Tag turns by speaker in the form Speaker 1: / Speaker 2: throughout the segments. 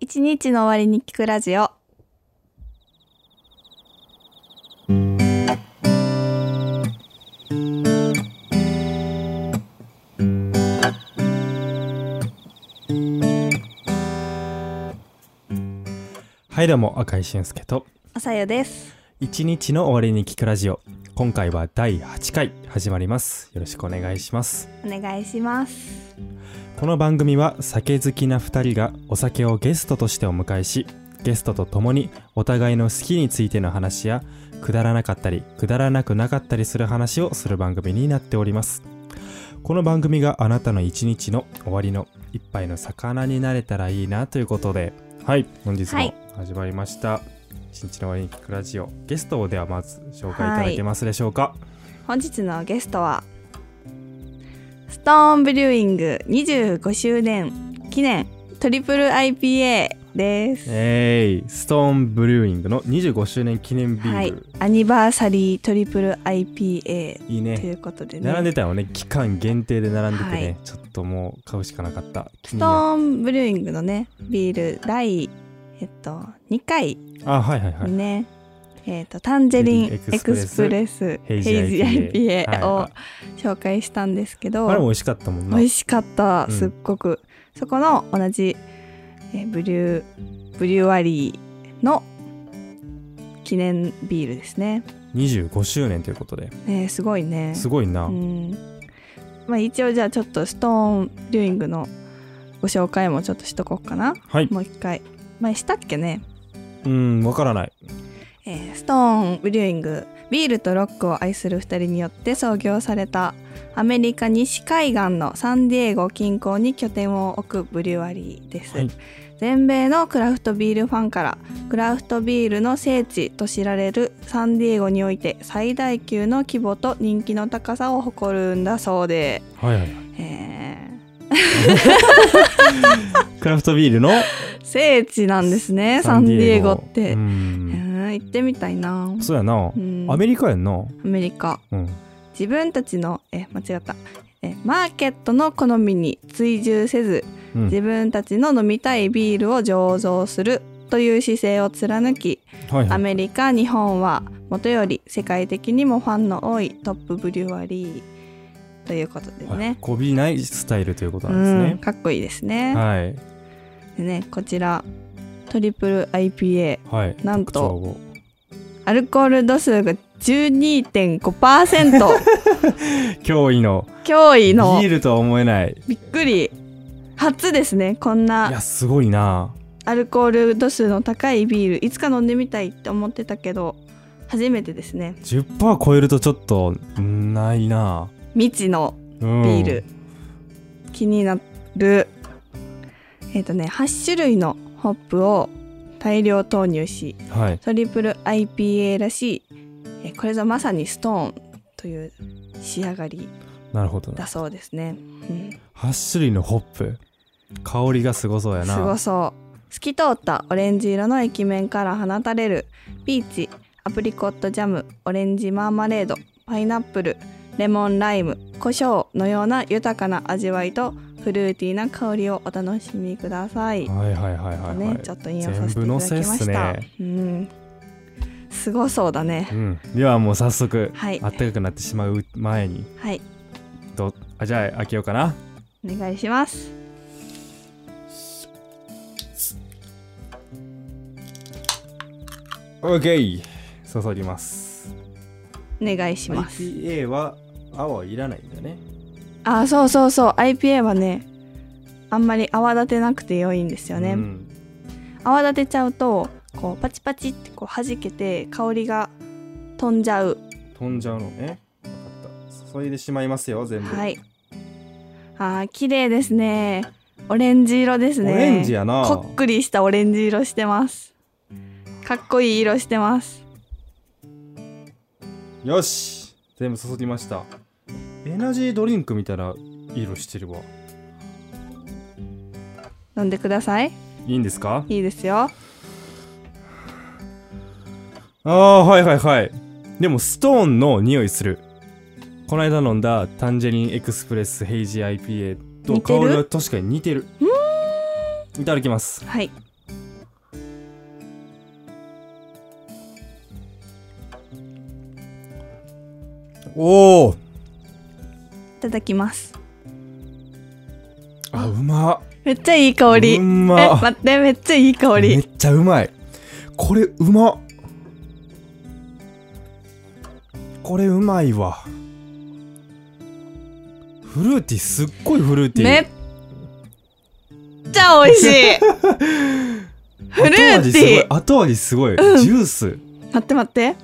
Speaker 1: 日の終わりに聞くラジオ
Speaker 2: はいどうも赤井俊介と
Speaker 1: あさよです
Speaker 2: 一日の終わりに聞くラジオ今回は第8回始まりますよろしくお願いします
Speaker 1: お願いします
Speaker 2: この番組は酒好きな2人がお酒をゲストとしてお迎えしゲストと共にお互いの好きについての話やくだらなかったりくだらなくなかったりする話をする番組になっておりますこの番組があなたの一日の終わりの一杯の魚になれたらいいなということではい本日
Speaker 1: はい
Speaker 2: も始まりました、一日の終わりに聞くラジオゲストをではまず紹介いただけますでしょうか
Speaker 1: 本日のゲストはストーンブリューイング25周年記念トリプル IPA です、
Speaker 2: えい、ストーンブリューイングの25周年記念ビール、
Speaker 1: はいアニバーサリートリプル IPA
Speaker 2: いいね
Speaker 1: ということでね
Speaker 2: 並んでたよね期間限定で並んでてね、
Speaker 1: はい
Speaker 2: ちょっともう買うしかなかった
Speaker 1: ストーンブリューイングのねビール第えっと2回
Speaker 2: あはいはいはい、
Speaker 1: にね、えっとタンジェリン
Speaker 2: ジェリン
Speaker 1: エ
Speaker 2: エ
Speaker 1: ク
Speaker 2: ク
Speaker 1: スプ
Speaker 2: スプ
Speaker 1: レ
Speaker 2: レ
Speaker 1: スヘイ
Speaker 2: ヘイ
Speaker 1: ジ
Speaker 2: ジ IPA
Speaker 1: IPA を
Speaker 2: はい
Speaker 1: 紹介したんですけど、
Speaker 2: あれも美味しかったもんな
Speaker 1: 美味しかった
Speaker 2: うん
Speaker 1: すっごく、そこの同じ、えーブリューブリュワリーの記念ビールですね、
Speaker 2: 25周年ということで
Speaker 1: えーすごいね
Speaker 2: すごいな、
Speaker 1: うんまあ、一応じゃあちょっとストーンリューイングのご紹介もちょっとしとこうかな
Speaker 2: はい
Speaker 1: もう一回前したっけね、
Speaker 2: うんわからない
Speaker 1: えーストーンブリューイングビールとロックを愛する2人によって創業されたアメリカ西海岸のサンディエゴ近郊に拠点を置くブリュワリーです、
Speaker 2: はい
Speaker 1: 全米のクラフトビールファンからクラフトビールの聖地と知られるサンディエゴにおいて最大級の規模と人気の高さを誇るんだそうで、
Speaker 2: はいはい
Speaker 1: え
Speaker 2: クラフトビールの
Speaker 1: ー聖地なんですねサンディエゴって、う
Speaker 2: う
Speaker 1: んん行ってみたいな、
Speaker 2: そうやな、
Speaker 1: うん
Speaker 2: アメリカやんな
Speaker 1: アメリカ
Speaker 2: うん
Speaker 1: 自分たちのえ間違ったえマーケットの好みに追従せず
Speaker 2: うん
Speaker 1: 自分たちの飲みたいビールを醸造するという姿勢を貫き
Speaker 2: はい
Speaker 1: ア
Speaker 2: はい
Speaker 1: メリカ日本はもとより世界的にもファンの多いトップブリュワリーということで
Speaker 2: はい
Speaker 1: ね、
Speaker 2: こびないスタイルということな
Speaker 1: うん
Speaker 2: んで
Speaker 1: かっこいいです
Speaker 2: す
Speaker 1: ね。
Speaker 2: ねはい
Speaker 1: でねこちらトリプル IPA
Speaker 2: はい
Speaker 1: なん
Speaker 2: 口調
Speaker 1: と
Speaker 2: を
Speaker 1: アルコール度数が12.5%
Speaker 2: 驚異の
Speaker 1: 驚異
Speaker 2: ビ
Speaker 1: の
Speaker 2: ールとは思えない
Speaker 1: びっくり初ですねこん
Speaker 2: いや
Speaker 1: な
Speaker 2: すごいな
Speaker 1: アルコール度数の高いビールいつか飲んでみたいって思ってたけど初めてですね
Speaker 2: 10%超えるとちょっとうんないな
Speaker 1: 未知の
Speaker 2: うん
Speaker 1: ビール、気になるえっ、とね8種類のホップを大量投入し
Speaker 2: はい
Speaker 1: トリプル IPA らしいえーこれぞまさにストーンという仕上がり
Speaker 2: なるほどな
Speaker 1: だそうですね、うん、
Speaker 2: 8種類のホップ香りがすごそうやな
Speaker 1: すごそう透き通ったオレンジ色の液面から放たれるピーチアプリコットジャムオレンジマーマレードパイナップルレモンライム胡椒のような豊かな味わいとフルーティーな香りをお楽しみください。
Speaker 2: はいはいはいはいはい、
Speaker 1: ね、ちょっと引用させていただきまし
Speaker 2: 全部
Speaker 1: た。
Speaker 2: 載せっ
Speaker 1: うん、すごそうだね
Speaker 2: う。ん、ではもう早速、
Speaker 1: はい
Speaker 2: あったかくなってしまう前に
Speaker 1: はい、
Speaker 2: どあじゃあ開けようかな
Speaker 1: お願いします。
Speaker 2: OK 注ぎます
Speaker 1: お願いします。
Speaker 2: IPA は青はいらないんだね
Speaker 1: あ、そうそうそう。IPA はね、あんまり泡立てなくて良いんですよね。
Speaker 2: うん、
Speaker 1: 泡立てちゃうとこうパチパチってこう弾けて香りが飛んじゃう
Speaker 2: 飛んじゃうのね分かった注いでしまいますよ全部、
Speaker 1: はいあー綺麗ですねオレンジ色です
Speaker 2: オ
Speaker 1: ね
Speaker 2: レンジやな
Speaker 1: こっくりしたオレンジ色してますかっこいい色してます
Speaker 2: よし全部注ぎましたエナジードリンクみたいな色してるわ
Speaker 1: 飲んでください
Speaker 2: いいんですか
Speaker 1: いいですよ
Speaker 2: ああはいはいはいでもストーンの匂いするこの間飲んだタンジェリンエクスプレスヘイジ IPA と
Speaker 1: 似て
Speaker 2: 香
Speaker 1: る
Speaker 2: りは確かに似てるいただきます
Speaker 1: はい
Speaker 2: おお
Speaker 1: いただきます
Speaker 2: あうまっ
Speaker 1: めっちゃいい香り、
Speaker 2: う
Speaker 1: え
Speaker 2: まっ
Speaker 1: 待ってめっちゃいい香
Speaker 2: め
Speaker 1: り
Speaker 2: っちゃうまいこれうまっこれうまいわフルーティーすっごいフルーティー
Speaker 1: めっちゃ美味し いフル
Speaker 2: 後
Speaker 1: ー
Speaker 2: 味すごい
Speaker 1: ティーう
Speaker 2: 後味すごい、
Speaker 1: ん
Speaker 2: ジュース
Speaker 1: 待って待って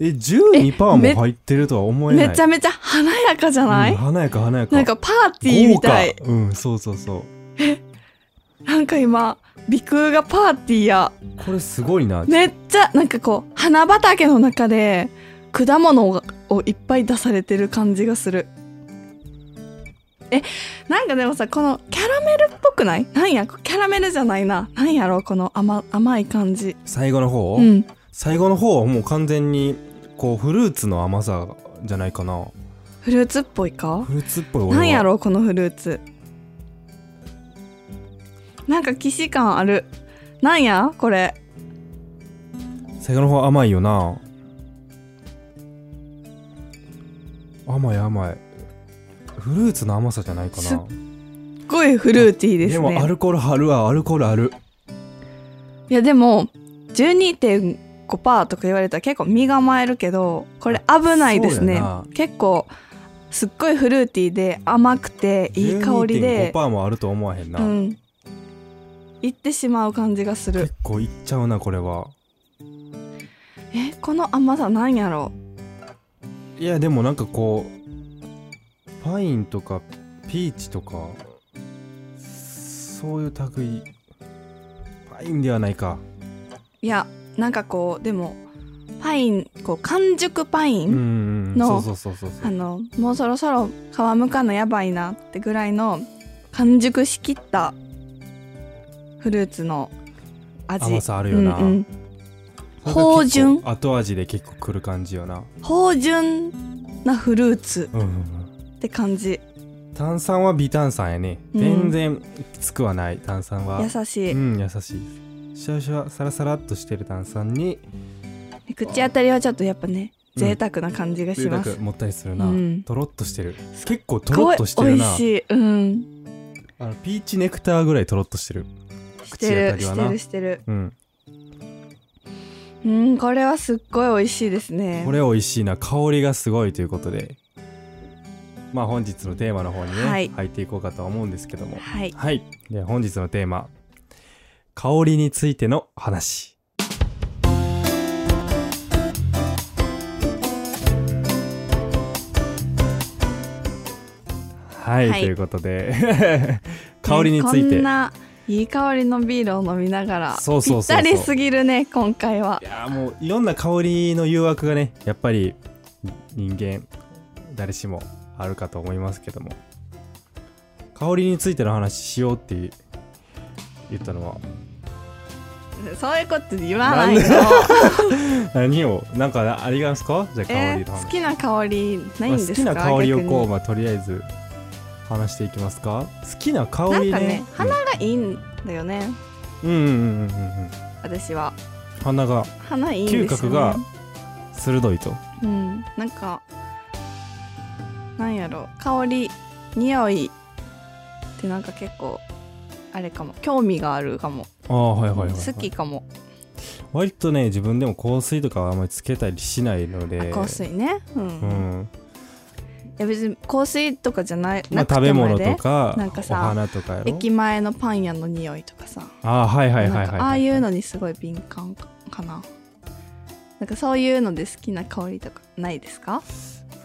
Speaker 2: え12%
Speaker 1: えめ
Speaker 2: も入ってるとは思えない
Speaker 1: めちゃめちゃ華やかじゃない、
Speaker 2: うん華やか華やか
Speaker 1: なんかパーティーみたい
Speaker 2: 豪華うんそうそうそう
Speaker 1: なんか今鼻腔がパーティーや
Speaker 2: これすごいな、
Speaker 1: めっちゃなんかこう花畑の中で果物ををいっぱい出されてる感じがするえなんかでもさこのキャラメルっぽくないなんやキャラメルじゃないななんやろこの甘甘い感じ
Speaker 2: 最後の方、
Speaker 1: うん
Speaker 2: 最後の方はもう完全にこうフルーツの甘さじゃないかな
Speaker 1: フルーツっぽいか
Speaker 2: フルーツっぽい俺は
Speaker 1: なんやろこのフルーツなんか既視感あるなんやこれ
Speaker 2: 最後の方甘いよな甘い甘いフルーツの甘さじゃないか
Speaker 1: すっ
Speaker 2: な
Speaker 1: すっごいフルーティーですね
Speaker 2: でもアルコールあるわアルコールある
Speaker 1: いやでも12.5%とか言われたら結構身構えるけどこれ危ないです
Speaker 2: そうや
Speaker 1: ね
Speaker 2: な
Speaker 1: 結構すっごいフルーティーで甘くていい香りで
Speaker 2: 12.5%もあると思わへんな、
Speaker 1: うんいってしまう感じがする
Speaker 2: 結構いっちゃうなこれは
Speaker 1: えこの甘さなんやろ
Speaker 2: いやでもなんかこうパインとかピーチとかそういう類パインではないか
Speaker 1: いやなんかこうでもパインこう完熟パイ
Speaker 2: うんう
Speaker 1: ン、
Speaker 2: んうんそ
Speaker 1: の
Speaker 2: うそうそうそうそ
Speaker 1: あ
Speaker 2: う
Speaker 1: のもうそろそろ皮むかんのやばいなってぐらいの完熟しきったフルーツの味
Speaker 2: 甘さあるよな、
Speaker 1: うんうん
Speaker 2: それが結構
Speaker 1: 芳醇
Speaker 2: 後味で結構くる感じよな、
Speaker 1: 芳醇なフルーツ
Speaker 2: うんうんうん
Speaker 1: って感じ
Speaker 2: 炭酸は微炭酸やね、
Speaker 1: うん
Speaker 2: 全然きつくはない炭酸は
Speaker 1: 優しい、
Speaker 2: うん優しいシャワシャワサラサラっとしてる炭酸に
Speaker 1: 口当たりはちょっとやっぱね
Speaker 2: うん
Speaker 1: 贅沢な感じがし
Speaker 2: 贅
Speaker 1: ます、
Speaker 2: 沢もったりするな、
Speaker 1: うん
Speaker 2: とろっとしてる結構と
Speaker 1: すご
Speaker 2: ろ
Speaker 1: い
Speaker 2: っとして
Speaker 1: 美
Speaker 2: る
Speaker 1: 味
Speaker 2: な
Speaker 1: しいうん
Speaker 2: あのピーチネクターぐらいとろっとしてる
Speaker 1: してる
Speaker 2: 口
Speaker 1: して
Speaker 2: 当たりは
Speaker 1: る
Speaker 2: な
Speaker 1: してる
Speaker 2: うん
Speaker 1: うんこれはすっごい美味しいですね
Speaker 2: これ美味しいな香りがすごいということでまあ本日のテーマの方にね、
Speaker 1: はい
Speaker 2: 入っていこうかとは思うんですけども
Speaker 1: はい
Speaker 2: はいでは本日のテーマ香りについての話はい、
Speaker 1: はい
Speaker 2: ということで 香りにつ
Speaker 1: ね
Speaker 2: い
Speaker 1: こ
Speaker 2: て、
Speaker 1: んないい香りのビールを飲みながら
Speaker 2: そうそうそうそう
Speaker 1: ぴったりすぎるね今回はい
Speaker 2: やーもういろんな香りの誘惑がねやっぱり人間誰しもあるかと思いますけども香りについての話しようって言ったのは
Speaker 1: そういうこと言わないの
Speaker 2: なん何をなんかありますかじゃあ香
Speaker 1: えー、
Speaker 2: りの
Speaker 1: 好
Speaker 2: 話、
Speaker 1: きな香りないんで
Speaker 2: まあ
Speaker 1: す
Speaker 2: 好
Speaker 1: か
Speaker 2: きな香りをこう、
Speaker 1: 逆
Speaker 2: まあ、とりあえず話していきますか好きな香
Speaker 1: に
Speaker 2: り
Speaker 1: なんか
Speaker 2: ね
Speaker 1: ね花がいいんだよね
Speaker 2: うんうんうんうんうんうん
Speaker 1: 私は
Speaker 2: 鼻が
Speaker 1: 花いいんですよ、
Speaker 2: 嗅
Speaker 1: ね、
Speaker 2: 覚が鋭いと
Speaker 1: うん、なんかなんやろ香り匂いってなんか結構あれかも興味があるかも、
Speaker 2: ああはいはいはい、は
Speaker 1: 好
Speaker 2: い、
Speaker 1: きかも、
Speaker 2: 割とね自分でも香水とかはあんまりつけたりしないので
Speaker 1: あ香水ねうん、
Speaker 2: う
Speaker 1: い
Speaker 2: ん
Speaker 1: や別に香水とかじゃない、
Speaker 2: まあ
Speaker 1: なく
Speaker 2: 食
Speaker 1: て
Speaker 2: べ
Speaker 1: もや
Speaker 2: 物
Speaker 1: で
Speaker 2: とか
Speaker 1: なんかさ
Speaker 2: お花とかやろ
Speaker 1: 駅前のパン屋の匂いとかさ、
Speaker 2: ああはいはいは
Speaker 1: な
Speaker 2: い
Speaker 1: ん
Speaker 2: はい
Speaker 1: かああいうのにすごい敏感かかななんかそういうので好きな香りとかないですか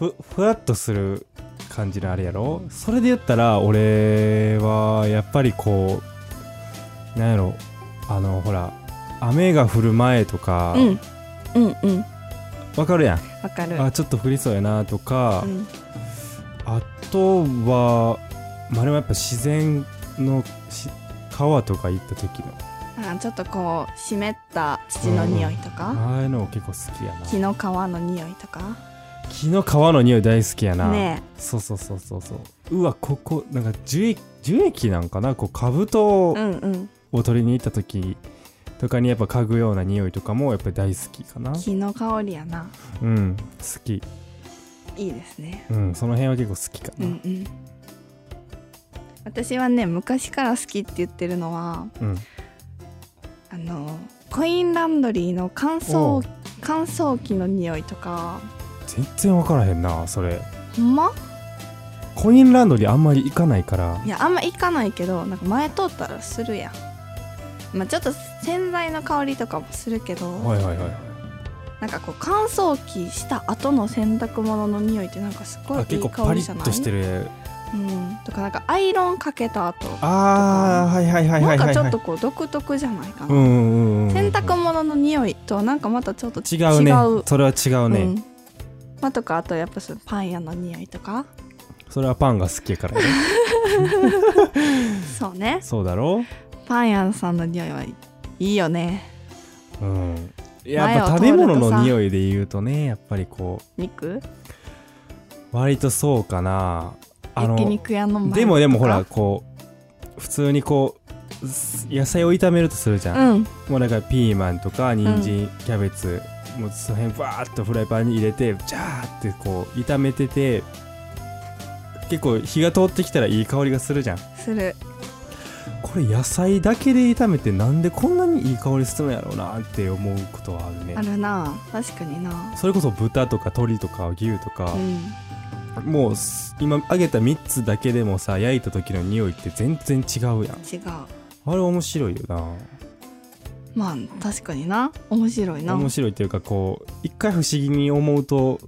Speaker 2: ふふわっとする感じのあれやろそれで言ったら俺はやっぱりこうなんやろあのほら雨が降る前とか
Speaker 1: うんうんうん
Speaker 2: わかるやん
Speaker 1: わかる
Speaker 2: あちょっと降りそうやなとか
Speaker 1: うん
Speaker 2: あとはまあでもやっぱ自然のし川とか行った時の
Speaker 1: あちょっとこう湿った土の匂いとか、
Speaker 2: ああいうの結構好きやな
Speaker 1: 木の皮の匂いとか
Speaker 2: 木の皮の匂い大好きやな、
Speaker 1: ね
Speaker 2: そうそうそうそうそううわここなんか樹液樹液なんかなこうカブ
Speaker 1: う
Speaker 2: ト
Speaker 1: んうん
Speaker 2: を取りに行った時とかにやっぱ嗅ぐような匂いとかもやっぱり大好きかな
Speaker 1: 木の香りやな
Speaker 2: うん好き
Speaker 1: いいですね
Speaker 2: うんその辺は結構好きか
Speaker 1: う
Speaker 2: な、
Speaker 1: んうん私はね昔から好きって言ってるのは
Speaker 2: うん
Speaker 1: あのコインランドリーの乾
Speaker 2: おう
Speaker 1: 燥乾燥機の匂いとか
Speaker 2: 全然分からへんなそれ
Speaker 1: ほんま
Speaker 2: コインランドリーあんまり行かないから
Speaker 1: いやあんま行かないけどなんか前通ったらするやん、まあ、ちょっと洗剤の香りとかもするけど、
Speaker 2: はいはいはい
Speaker 1: なんかこう乾燥機した後の洗濯物の匂いってなんかすごい
Speaker 2: あ
Speaker 1: い
Speaker 2: 結
Speaker 1: い
Speaker 2: 構パ
Speaker 1: 香
Speaker 2: リ
Speaker 1: りじゃ
Speaker 2: ッ
Speaker 1: ない
Speaker 2: としてる
Speaker 1: うん、とかなんかアイロンかけた後
Speaker 2: あーはいはいはいは
Speaker 1: ないん
Speaker 2: は
Speaker 1: か
Speaker 2: い
Speaker 1: ちょ
Speaker 2: は
Speaker 1: っ
Speaker 2: い
Speaker 1: とこう独特じゃないかな、
Speaker 2: うんうんうんうん
Speaker 1: 洗濯物の匂いとはなんかまたちょっと
Speaker 2: 違うね
Speaker 1: 違う
Speaker 2: それは違うね、
Speaker 1: うんまあ、とかあとやっぱそのパン屋の匂いとか
Speaker 2: それはパンが好き やからね
Speaker 1: そうね
Speaker 2: そうだろ
Speaker 1: パン屋さんの匂いはいいよね
Speaker 2: う、うん、やっ
Speaker 1: 前
Speaker 2: ぱ
Speaker 1: を
Speaker 2: 食
Speaker 1: 通る
Speaker 2: べ
Speaker 1: とさ
Speaker 2: 物の匂いで言うとねやっぱりこ
Speaker 1: 肉
Speaker 2: う割とそうかなあ
Speaker 1: 焼
Speaker 2: の
Speaker 1: 肉屋の前
Speaker 2: でもでも
Speaker 1: と
Speaker 2: ほ
Speaker 1: から
Speaker 2: こう普通にこうす野菜を炒めるとするじゃん、
Speaker 1: うん
Speaker 2: もうだからピーマンとか人参、キャベツもうその辺バーッとフライパンに入れてジャーってこう炒めてて結構火が通ってきたらいい香りがするじゃん
Speaker 1: する
Speaker 2: これ野菜だけで炒めてなんでこんなにいい香りするんやろうなって思うことはあるね
Speaker 1: あるな確かにな
Speaker 2: それこそ豚とか鶏とか牛とか
Speaker 1: う、ん
Speaker 2: もうす今揚げた3つだけでもさ焼いた時の匂いって全然違うやん
Speaker 1: 違う
Speaker 2: あれ面白いよな
Speaker 1: まあ確かにな面白いな
Speaker 2: 面白いっていうかこう一回不思議に思うと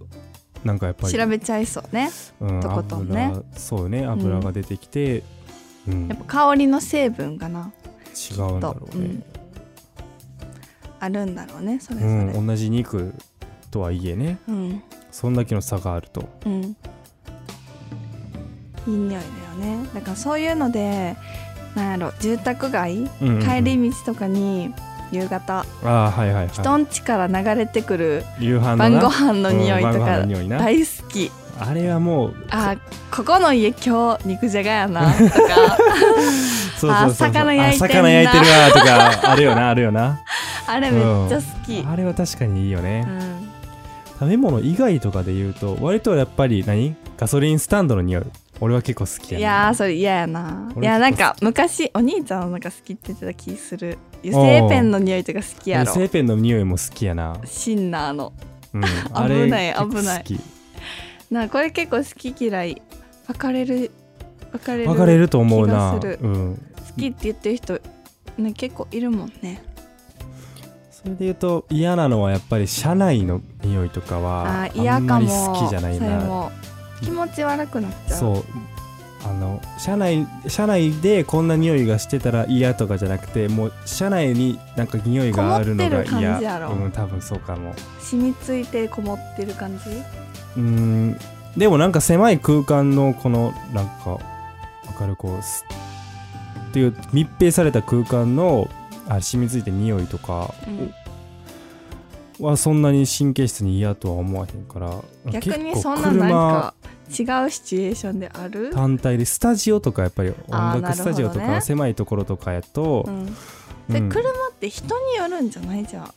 Speaker 2: なんかやっぱり
Speaker 1: 調べちゃいそうね
Speaker 2: うん、
Speaker 1: とことんね
Speaker 2: 油そうね油が出てきて、うん
Speaker 1: やっぱ香りの成分がな
Speaker 2: 違うんだろうね、
Speaker 1: あるんだろうねそれ
Speaker 2: う
Speaker 1: ぞれ
Speaker 2: ん同じ肉とはいえね
Speaker 1: うん
Speaker 2: そんだけの差があると
Speaker 1: うんいい匂いだよねだからそういうのでなんやろ住宅街
Speaker 2: うんうんうん
Speaker 1: 帰り道とかに夕方
Speaker 2: ああはいはいは
Speaker 1: 人んちから流れてくる
Speaker 2: い夕飯の
Speaker 1: 晩
Speaker 2: な
Speaker 1: ご飯の匂い
Speaker 2: うん
Speaker 1: と
Speaker 2: 晩ご飯の
Speaker 1: か
Speaker 2: 匂いな
Speaker 1: 大好き
Speaker 2: あれはもう
Speaker 1: あここの家今日肉じゃがやなとか
Speaker 2: そうそうそうそう
Speaker 1: あ魚焼いてんな
Speaker 2: あ魚焼いてるわとかあるよなある よな
Speaker 1: あれめっちゃ好き、
Speaker 2: あれは確かにいいよ
Speaker 1: う
Speaker 2: ね、
Speaker 1: ん、
Speaker 2: 食べ物以外とかで言うと割とやっぱり何ガソリンスタンドの匂い俺は結構好きや、ね、
Speaker 1: いやーそれ嫌やな
Speaker 2: 俺
Speaker 1: いやなんか昔お兄ちゃんのなんか好きって言ってた気する油性ペンの匂いとか好きやろ
Speaker 2: セーペンの匂いも好きやな、
Speaker 1: シンナーの
Speaker 2: うん、あれ
Speaker 1: 危ない
Speaker 2: 結構
Speaker 1: 危ない
Speaker 2: 好き
Speaker 1: なこれ結構好き嫌い分かれる分かれる
Speaker 2: 分かれると思うな
Speaker 1: 気がする
Speaker 2: うん、
Speaker 1: 好きって言ってる人、ね、結構いるもんね
Speaker 2: それで言うと嫌なのはやっぱり車内の匂いとかは
Speaker 1: あー嫌
Speaker 2: んま
Speaker 1: か
Speaker 2: り
Speaker 1: も
Speaker 2: 好きじゃない
Speaker 1: それ
Speaker 2: な
Speaker 1: も気持ち悪くなっちゃう
Speaker 2: そうあの車内車内でこんな匂いがしてたら嫌とかじゃなくてもう車内になんか匂いがあるのが
Speaker 1: こもってる感じ
Speaker 2: 嫌
Speaker 1: やろ
Speaker 2: うん多分そうかも
Speaker 1: 染みついてこもってる感じ
Speaker 2: うーんでもなんか狭い空間のこのなんかわかるこうすっていう密閉された空間のあ染みついて匂いとか
Speaker 1: うん
Speaker 2: はそんなに神経質に嫌とは思わへんから
Speaker 1: 逆に
Speaker 2: 結構
Speaker 1: そんななんか違うシチュエーションである
Speaker 2: 車単体でスタジオとかやっぱり
Speaker 1: あー
Speaker 2: 音楽スタジオと
Speaker 1: なるほど
Speaker 2: か
Speaker 1: ね
Speaker 2: 狭いところとかやと、
Speaker 1: うん、
Speaker 2: う
Speaker 1: で
Speaker 2: ん
Speaker 1: 車って人によるんじゃないじゃあ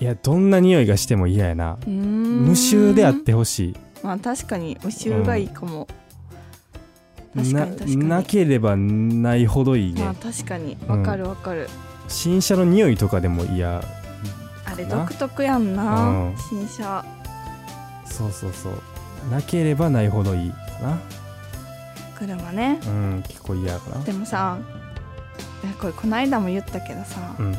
Speaker 2: いやどんな匂いがしても嫌やな
Speaker 1: うーん
Speaker 2: 無臭であってほし
Speaker 1: まあ確かに無臭がいいかも、
Speaker 2: い
Speaker 1: 確か
Speaker 2: な
Speaker 1: に確かに
Speaker 2: なければないほどいいね、
Speaker 1: まあ確かに
Speaker 2: うん
Speaker 1: わかるわかる、
Speaker 2: 新車の匂いとかでも嫌
Speaker 1: あれ
Speaker 2: かな
Speaker 1: 独特やんな、
Speaker 2: うん
Speaker 1: 新車
Speaker 2: そうそうそうなければないほどいいか
Speaker 1: 車ね
Speaker 2: なうん結構嫌かな
Speaker 1: でもさいやこれこの間も言ったけどさ、
Speaker 2: うん、
Speaker 1: あの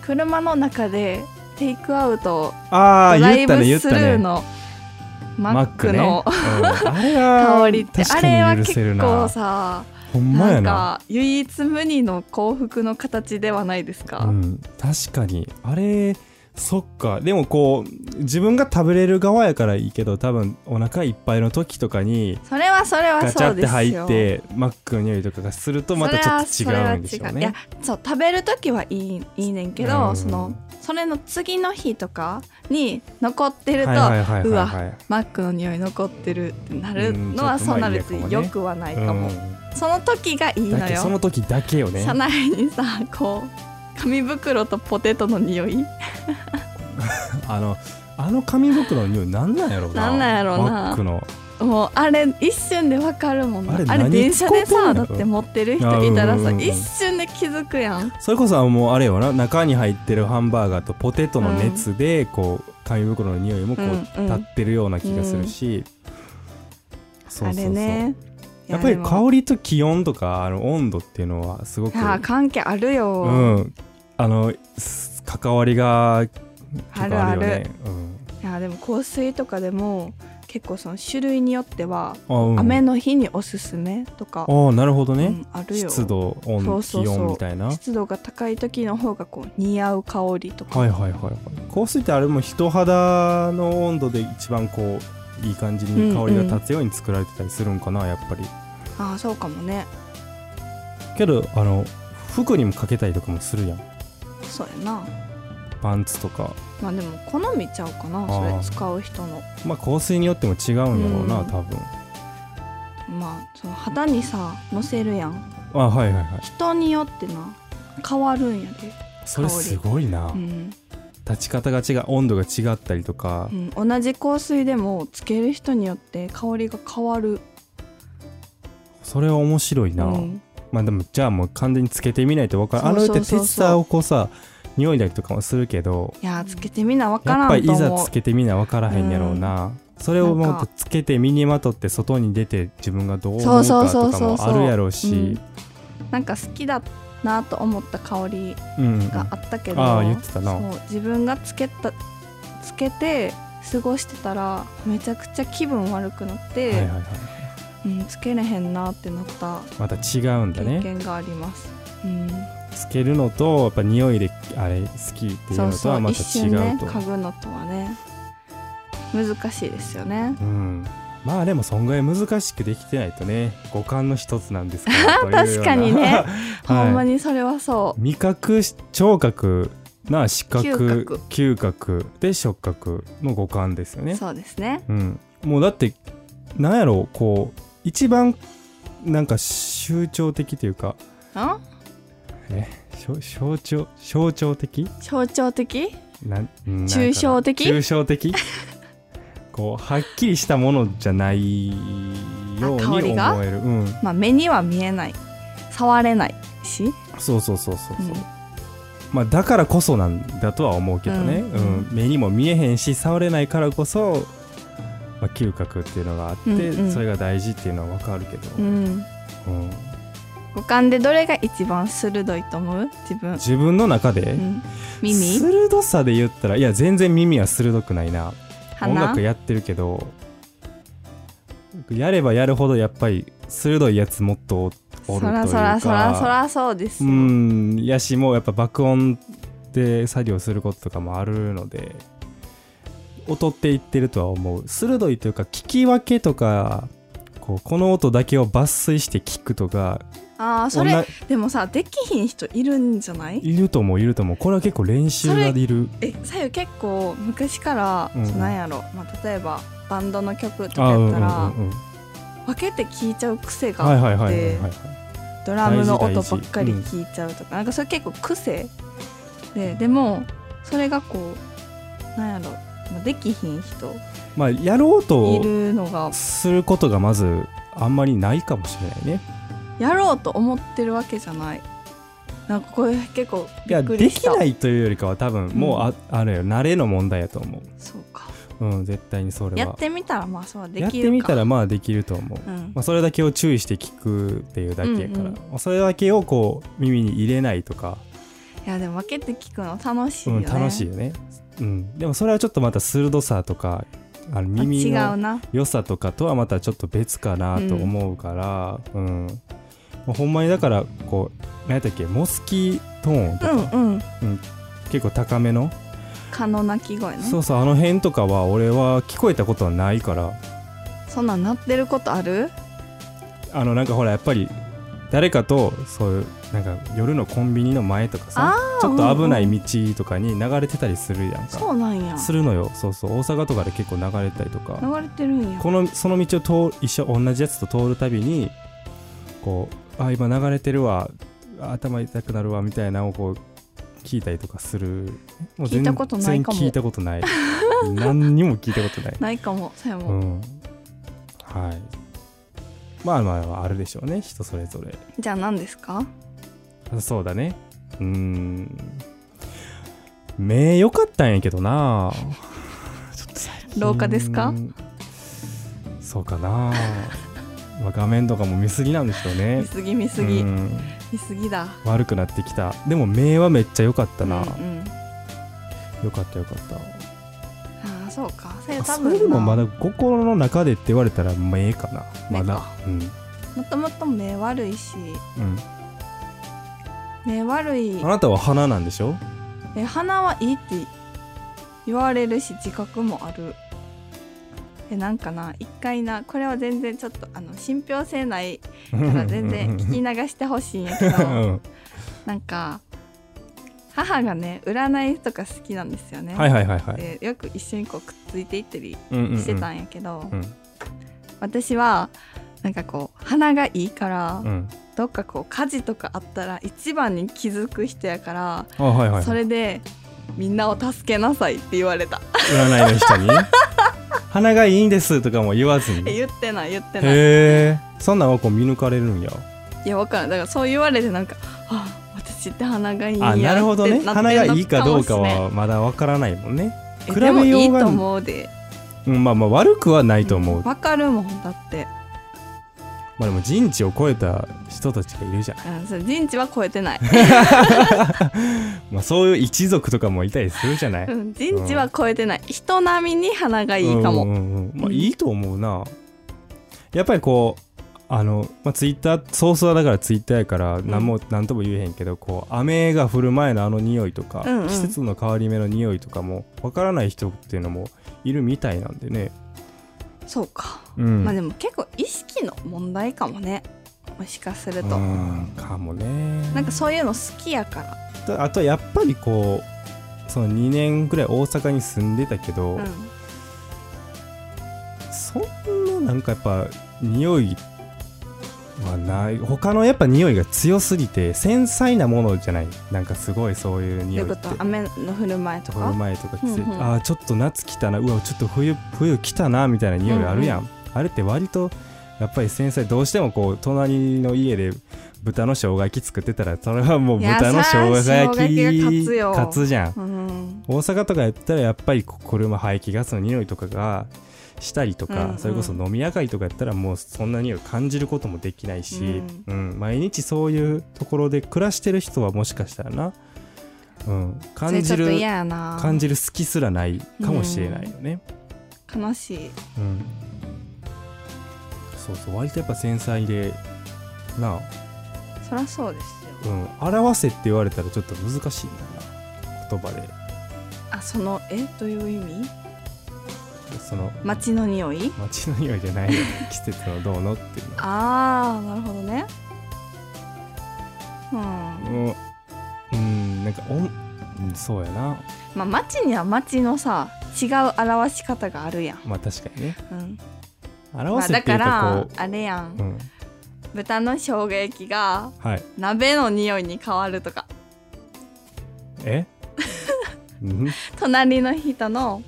Speaker 1: 車の中でテイクアウト
Speaker 2: ああ
Speaker 1: ドラ
Speaker 2: 言
Speaker 1: イ
Speaker 2: ったね言
Speaker 1: ブ
Speaker 2: っ
Speaker 1: ス
Speaker 2: た
Speaker 1: ルー
Speaker 2: ね
Speaker 1: のマックの、
Speaker 2: うんあれは
Speaker 1: 香りってあ
Speaker 2: 確
Speaker 1: れ
Speaker 2: か
Speaker 1: は
Speaker 2: に許
Speaker 1: 結
Speaker 2: せる
Speaker 1: 構
Speaker 2: な
Speaker 1: さ
Speaker 2: ほんま
Speaker 1: な
Speaker 2: や
Speaker 1: ん
Speaker 2: な
Speaker 1: か唯一無二の幸福の形ではないですか、
Speaker 2: うん、確かにあれそっかでもこう自分が食べれる側やからいいけど多分お腹いっぱいの時とかに
Speaker 1: それはそれは
Speaker 2: ガチャ
Speaker 1: そう
Speaker 2: っ
Speaker 1: で
Speaker 2: て
Speaker 1: すよ
Speaker 2: 入ってマックの匂いとかがするとまたちょっと違うんでしょう
Speaker 1: それはそれは違いや
Speaker 2: ね。
Speaker 1: そう食べる時はいいいいねんけど、
Speaker 2: うん
Speaker 1: そのそれの次の日とかに残ってると、
Speaker 2: はいはいはいはいはいう
Speaker 1: わマックの匂い残ってるってなるの
Speaker 2: うん
Speaker 1: は
Speaker 2: ちょっ
Speaker 1: そ
Speaker 2: と
Speaker 1: ん
Speaker 2: まあ
Speaker 1: ない
Speaker 2: い
Speaker 1: 別
Speaker 2: かも
Speaker 1: に
Speaker 2: ね
Speaker 1: 良くはないかも、
Speaker 2: うん
Speaker 1: その時がいい
Speaker 2: だ
Speaker 1: の
Speaker 2: けどそ
Speaker 1: よ、
Speaker 2: の時だけよね
Speaker 1: 車内にさこう紙袋とポテトの匂い
Speaker 2: あのあの紙袋の匂いなんなんやろうな
Speaker 1: なんなんやろうな
Speaker 2: マックの
Speaker 1: もうあれ一瞬でわかるもんな
Speaker 2: あ
Speaker 1: あれ
Speaker 2: れ何
Speaker 1: 電車で
Speaker 2: 使うてん
Speaker 1: さ
Speaker 2: の
Speaker 1: だって持ってる人いたら
Speaker 2: あうんうん
Speaker 1: さ
Speaker 2: うんうん
Speaker 1: 一瞬で気づくやん
Speaker 2: それこそもうあれよな中に入ってるハンバーガーとポテトの熱でこう紙袋の匂いもこ
Speaker 1: うんう
Speaker 2: うん立ってるような気がするし、そう
Speaker 1: あ
Speaker 2: そう
Speaker 1: れ
Speaker 2: そう、
Speaker 1: ね
Speaker 2: やっぱり
Speaker 1: いで
Speaker 2: 香
Speaker 1: も
Speaker 2: りと気温とかあの温度っていうのはすごく
Speaker 1: いや関係あるよ、
Speaker 2: うん、あのす関わりが結構あるよね。
Speaker 1: いやでも香水とかでも結構その種類によっては、
Speaker 2: うんあうん
Speaker 1: 雨の日におすすめとか、
Speaker 2: ああなるほど
Speaker 1: う
Speaker 2: ね、
Speaker 1: んあるよ
Speaker 2: 湿度温
Speaker 1: そうそうそう
Speaker 2: 気温みたいな。はい
Speaker 1: 湿度が高い時の方がこう似合う香りとか、
Speaker 2: はいはいはい。香水ってあれも人肌の温度で一番こういい感じに香りが立つように作られてたりするんかな、やっぱり。
Speaker 1: ああそうかもね
Speaker 2: けどあの服にもかけたりとかもするやん
Speaker 1: そうやな
Speaker 2: パンツとか。
Speaker 1: まあでも好みちゃうかなそ
Speaker 2: あー
Speaker 1: れ使う人の
Speaker 2: まあ香水によっても違うんやろうな、
Speaker 1: うん
Speaker 2: 多分。
Speaker 1: まあその肌にさのせるやん
Speaker 2: あはいはいはい。
Speaker 1: 人によってな変わるんやで、
Speaker 2: それすごいな。
Speaker 1: うん
Speaker 2: 立ち方が違う温度が違ったりとか
Speaker 1: う。ん、同じ香水でもつける人によって香りが変わる
Speaker 2: それは面白いな、
Speaker 1: うん
Speaker 2: まあでもじゃあもう完全につけてみないと分からんあの
Speaker 1: そう
Speaker 2: っ
Speaker 1: そう
Speaker 2: て
Speaker 1: そうそう
Speaker 2: テスターをこうさ匂いだりとかもするけど
Speaker 1: いやつけてみなわか
Speaker 2: やっ
Speaker 1: ら
Speaker 2: ぱ
Speaker 1: ん
Speaker 2: り
Speaker 1: と
Speaker 2: いざ
Speaker 1: 思
Speaker 2: つけてみな分からへんやろうな、それをも
Speaker 1: なん
Speaker 2: う
Speaker 1: か
Speaker 2: つけて身にまとって外に出て自分がどう
Speaker 1: そ
Speaker 2: 思う
Speaker 1: うそう
Speaker 2: か
Speaker 1: そ
Speaker 2: と
Speaker 1: う
Speaker 2: か
Speaker 1: そう
Speaker 2: もあるやろうし
Speaker 1: うなんか好きだなと思った香り
Speaker 2: うんうんうん
Speaker 1: があったけど、
Speaker 2: ああ言ってたな
Speaker 1: そう自分がつけたつけて過ごしてたらめちゃくちゃ気分悪くなっ
Speaker 2: は
Speaker 1: て、
Speaker 2: いはいはい
Speaker 1: うん、つけれへんなってなった
Speaker 2: また違うんだ
Speaker 1: 経
Speaker 2: ね
Speaker 1: 験があります、うん、
Speaker 2: つけるのとやっぱ匂いであれ好きっていう
Speaker 1: そ
Speaker 2: の
Speaker 1: う
Speaker 2: と
Speaker 1: そ
Speaker 2: は
Speaker 1: う
Speaker 2: ま
Speaker 1: 一
Speaker 2: た
Speaker 1: 瞬
Speaker 2: 違う
Speaker 1: ね
Speaker 2: と
Speaker 1: 嗅ぐのとはね難しいですよね
Speaker 2: うんまあでもそんぐらい難しくできてないとね五感の一つなんですからというような
Speaker 1: 確かにね
Speaker 2: は
Speaker 1: ほ
Speaker 2: い
Speaker 1: んまにそれはそう、
Speaker 2: 味覚聴覚な視覚
Speaker 1: 嗅覚
Speaker 2: 嗅覚で触覚の五感ですよね
Speaker 1: そうですね
Speaker 2: うん、もうだってなんやろうこう一番なんか象徴的というか
Speaker 1: ん
Speaker 2: しょ象徴象徴的
Speaker 1: 象徴的
Speaker 2: なんうんなんかな
Speaker 1: 抽象的
Speaker 2: 抽象的こうはっきりしたものじゃないよう
Speaker 1: あ香
Speaker 2: に
Speaker 1: りが
Speaker 2: 思える、うん、
Speaker 1: まあ目には見えない触れないし
Speaker 2: そうそうそうそうそう、
Speaker 1: うん
Speaker 2: まあ、だからこそなんだとは思うけどね、
Speaker 1: うん
Speaker 2: うん目にも見えへんし触れないからこそ、まあ、嗅覚っていうのがあって、
Speaker 1: うんうん
Speaker 2: それが大事っていうのは分かるけど、
Speaker 1: うん
Speaker 2: うん
Speaker 1: 五感でどれが一番鋭いと思う自分、
Speaker 2: 自分の中で、
Speaker 1: うん、耳
Speaker 2: 鋭さで言ったらいや全然耳は鋭くないな音
Speaker 1: 鼻
Speaker 2: 楽やってるけどやればやるほどやっぱり鋭いやつもっとおるとい
Speaker 1: そ
Speaker 2: うから
Speaker 1: そらそらそらそうです
Speaker 2: う
Speaker 1: よ、
Speaker 2: んやしもうやっぱ爆音で作業することとかもあるので劣っていってるとは思う鋭いというか聞き分けとかこうこの音だけを抜粋して聞くとか
Speaker 1: ああそれ
Speaker 2: 同
Speaker 1: でもさできひん人いるんじゃない
Speaker 2: いると思ういると思うこれは結構練習がいる
Speaker 1: えさゆ結構昔から、
Speaker 2: うんうん
Speaker 1: なんやろ、まあ、例えばバンドの曲とか
Speaker 2: あ
Speaker 1: や
Speaker 2: う
Speaker 1: っ
Speaker 2: んうんう
Speaker 1: た
Speaker 2: んうん
Speaker 1: ら、
Speaker 2: は
Speaker 1: 分けて聴いちゃう癖が
Speaker 2: い
Speaker 1: あ
Speaker 2: はい
Speaker 1: っ
Speaker 2: はいはい
Speaker 1: て
Speaker 2: はい
Speaker 1: ドラムの音
Speaker 2: 大
Speaker 1: ば
Speaker 2: 事大
Speaker 1: っ
Speaker 2: 事
Speaker 1: かり聴いちゃうとか、なんかそれ結構癖ででもそれがこうなんやろ、まあ、できひん人
Speaker 2: まあやろう
Speaker 1: い
Speaker 2: と
Speaker 1: るのが
Speaker 2: することがまずあんまりないかもしれないね
Speaker 1: やろうと思ってるわけじゃないなんかこれ結構
Speaker 2: い
Speaker 1: び
Speaker 2: や
Speaker 1: っく
Speaker 2: で
Speaker 1: りし
Speaker 2: き
Speaker 1: た
Speaker 2: ないというよりかは多分もうあ,、あるよ慣れの問題やと思
Speaker 1: そうか
Speaker 2: ううん絶対にそれ
Speaker 1: や
Speaker 2: は
Speaker 1: ってみたらまあそうはできる
Speaker 2: やっ
Speaker 1: か
Speaker 2: てみたらまあできると思う、
Speaker 1: うん
Speaker 2: まあ、それだけを注意して聞くっていうだけやから、
Speaker 1: うん
Speaker 2: それだけをこう耳に入れないとか、
Speaker 1: いやでも分けて聞くの楽しいうよ
Speaker 2: ん、
Speaker 1: ね、
Speaker 2: 楽しいよね、うん、でもそれはちょっとまた鋭さとかあの耳
Speaker 1: あ違う
Speaker 2: の
Speaker 1: な
Speaker 2: 良さとかとはまたちょっと別かなと思うから、うんまあほんまにだからこう何やったっけモスキートーンと
Speaker 1: う
Speaker 2: か、
Speaker 1: んうん
Speaker 2: 結構高めの、
Speaker 1: 蚊の鳴き声ね
Speaker 2: そ
Speaker 1: そう
Speaker 2: そうあの辺とかは俺は聞こえたことはないから
Speaker 1: んなん鳴ってることある
Speaker 2: あのなんかほらやっぱり誰かとそういうなんか夜のコンビニの前とかさ
Speaker 1: あー
Speaker 2: ちょっと危な
Speaker 1: うんうん
Speaker 2: い道とかに流れてたりするやんか、
Speaker 1: そうなんや
Speaker 2: するのよそうそう大阪とかで結構流れたりとか、
Speaker 1: 流れてるんや
Speaker 2: このその道を通る一緒同じやつと通るたびにこうあ今流れてるわあ頭痛くなるわみたいなのをこう聞いたりとかするもう
Speaker 1: 聞いたことないかも
Speaker 2: 全然聞いたことない何にも聞いたことない
Speaker 1: ないかもさやも、
Speaker 2: うんはいまあまああるでしょうね人それぞれ
Speaker 1: じゃあ何ですか
Speaker 2: そうだねうーん目良かったんやけどなちょっと最 近
Speaker 1: 老化ですか
Speaker 2: そうかなまあ画面とかも見すぎなんでしょうね
Speaker 1: 見すぎ見すぎ、
Speaker 2: うん
Speaker 1: 見すぎだ
Speaker 2: 悪くなってきたでも目はめっちゃ良かったな、
Speaker 1: うんうん
Speaker 2: 良かった良かっ
Speaker 1: ああそうかさ
Speaker 2: た
Speaker 1: や多
Speaker 2: そ
Speaker 1: 分な
Speaker 2: れでもまだ心の中でって言われたら目かなまだうん
Speaker 1: もともと目悪いし
Speaker 2: うん
Speaker 1: 目悪い
Speaker 2: あなたは鼻なんでしょ
Speaker 1: え鼻はいいって言われるし自覚もあるえなんかな一回なこれは全然ちょっとあの信憑性ないから全然聞き流してほしいんやけ
Speaker 2: う
Speaker 1: ど
Speaker 2: ん
Speaker 1: なんか母がね占いとか好きなんですよね、
Speaker 2: はいはいはいはい
Speaker 1: でよく一緒にこうくっついていったり
Speaker 2: うんうんうん
Speaker 1: してたんやけど、
Speaker 2: うん
Speaker 1: 私はなんかこう鼻がいいから、
Speaker 2: うん
Speaker 1: どっかこう火事とかあったら一番に気づく人やから、
Speaker 2: あはいはい
Speaker 1: それでみんなを助けなさいって言われた
Speaker 2: 占いの人に鼻がいいんですとかも言わずに
Speaker 1: え
Speaker 2: へ
Speaker 1: 言ってない言ってない
Speaker 2: えそんなんはこう見抜かれるんや
Speaker 1: いやわからんだからそう言われてなんかあ私って鼻がいいんや
Speaker 2: あなるほどね
Speaker 1: ってなってんの
Speaker 2: 鼻がいいかどうか
Speaker 1: もしれん
Speaker 2: はまだわからないもんね
Speaker 1: え
Speaker 2: 比
Speaker 1: でも
Speaker 2: べよ
Speaker 1: いうい
Speaker 2: が
Speaker 1: と思うで
Speaker 2: うんまあまあ悪くはないと思う
Speaker 1: わかるもんだって、
Speaker 2: まあでも人知を超えた人たちがいるじゃん
Speaker 1: うん、そう人知は超えて ない、
Speaker 2: まあそういう一族とかもいたりするじゃない、
Speaker 1: うん、人知は超えてない人並みに鼻がいいか
Speaker 2: うん
Speaker 1: も
Speaker 2: うんうんまあいいと思うなやっぱりこうあの、まあ、ツイッターソースはだからツイッターやから何も、なんとも言えへんけどこう雨が降る前のあの匂いとか、
Speaker 1: うんうん
Speaker 2: 季節の変わり目の匂いとかもわからない人っていうのもいるみたいなんでね
Speaker 1: そうか、
Speaker 2: うん、
Speaker 1: まあでも結構意識の問題かもねもしかすると、
Speaker 2: うんかもね
Speaker 1: なんかそういうの好きやから
Speaker 2: あとやっぱりこうその2年ぐらい大阪に住んでたけど、
Speaker 1: うん
Speaker 2: そんななんかやっぱ匂いはない他のやっぱ匂いが強すぎて繊細なものじゃないなんかすごいそういう
Speaker 1: とい
Speaker 2: 匂
Speaker 1: う
Speaker 2: い
Speaker 1: こ
Speaker 2: って
Speaker 1: と雨の降る前と
Speaker 2: この
Speaker 1: か
Speaker 2: 前とか季節、
Speaker 1: うんうん
Speaker 2: ああちょっと夏来たなうわちょっと冬冬来たなみたいな匂いあるやん、あれって割とやっぱり繊細どうしてもこう隣の家で豚の生姜焼き作ってたらそれはもう豚の生姜焼
Speaker 1: いやさ生姜焼き
Speaker 2: き
Speaker 1: が勝つよ
Speaker 2: 勝つじゃん
Speaker 1: うん
Speaker 2: 大阪とかやったらやっぱりこ車排気ガスの匂いとかがしたりとか、
Speaker 1: うんうん
Speaker 2: それこそ飲み屋街とかやったらもうそんな匂い感じることもできないし、うん毎日そういうところで暮らしてる人はもしかしたらな、うん、感
Speaker 1: それ
Speaker 2: じ
Speaker 1: ちょっと
Speaker 2: る
Speaker 1: 嫌やな
Speaker 2: 感じる好きすらないかもしれないよね。
Speaker 1: 悲しい
Speaker 2: うんそうそう割とやっぱ繊細でなあ、
Speaker 1: そらそうですよ
Speaker 2: うん、表せって言われたらちょっと難しいんだな言葉で
Speaker 1: あそのえという意味
Speaker 2: その
Speaker 1: 街の匂い
Speaker 2: 街の匂いじゃないよ 季節のどうのっていうのは
Speaker 1: あーなるほどねうん
Speaker 2: うんうんなんかおんうんそうやな
Speaker 1: まあ街には街のさ違う表し方があるやん、
Speaker 2: まあ確かにね
Speaker 1: うんま
Speaker 2: 表
Speaker 1: あ、
Speaker 2: せ
Speaker 1: だ
Speaker 2: って
Speaker 1: か
Speaker 2: いう
Speaker 1: ら
Speaker 2: かこ
Speaker 1: あれやん、
Speaker 2: う、うん、
Speaker 1: 豚の生姜焼きが
Speaker 2: はい
Speaker 1: 鍋の匂いに変わるとか
Speaker 2: えうん
Speaker 1: 隣の人の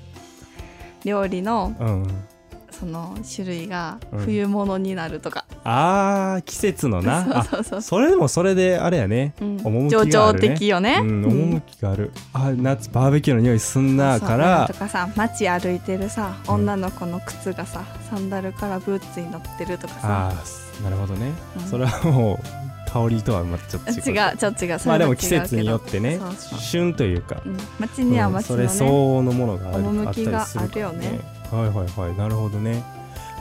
Speaker 1: 料理の
Speaker 2: うんうん
Speaker 1: その種類が
Speaker 2: うん
Speaker 1: 冬物になるとか、
Speaker 2: あー季節のなあ
Speaker 1: そうそうそ
Speaker 2: それでもそれであれやね、
Speaker 1: う、うん、
Speaker 2: 趣
Speaker 1: 情
Speaker 2: があ
Speaker 1: 緒
Speaker 2: るね
Speaker 1: 的よね、
Speaker 2: うん、趣がある、あ夏バーベキューの匂いすんな
Speaker 1: そうな
Speaker 2: か
Speaker 1: ん
Speaker 2: ら
Speaker 1: とかさ街歩いてるさ
Speaker 2: うん
Speaker 1: 女の子の靴がさ、サンダルからブーツになってるとかさ
Speaker 2: ああなるほどね、
Speaker 1: うん
Speaker 2: それはもう香りとはまたちょっと
Speaker 1: 違う
Speaker 2: 違う
Speaker 1: ちょっと違うそれは
Speaker 2: まあで
Speaker 1: 違
Speaker 2: も
Speaker 1: うけ
Speaker 2: 季
Speaker 1: ど
Speaker 2: 節によってね
Speaker 1: そうそう
Speaker 2: 旬というか
Speaker 1: うん、街には
Speaker 2: うん
Speaker 1: 街
Speaker 2: そ
Speaker 1: のね、
Speaker 2: れ相応のものがあるあった
Speaker 1: 趣
Speaker 2: り
Speaker 1: が
Speaker 2: するから
Speaker 1: あるよね
Speaker 2: はいはいはいなるほどね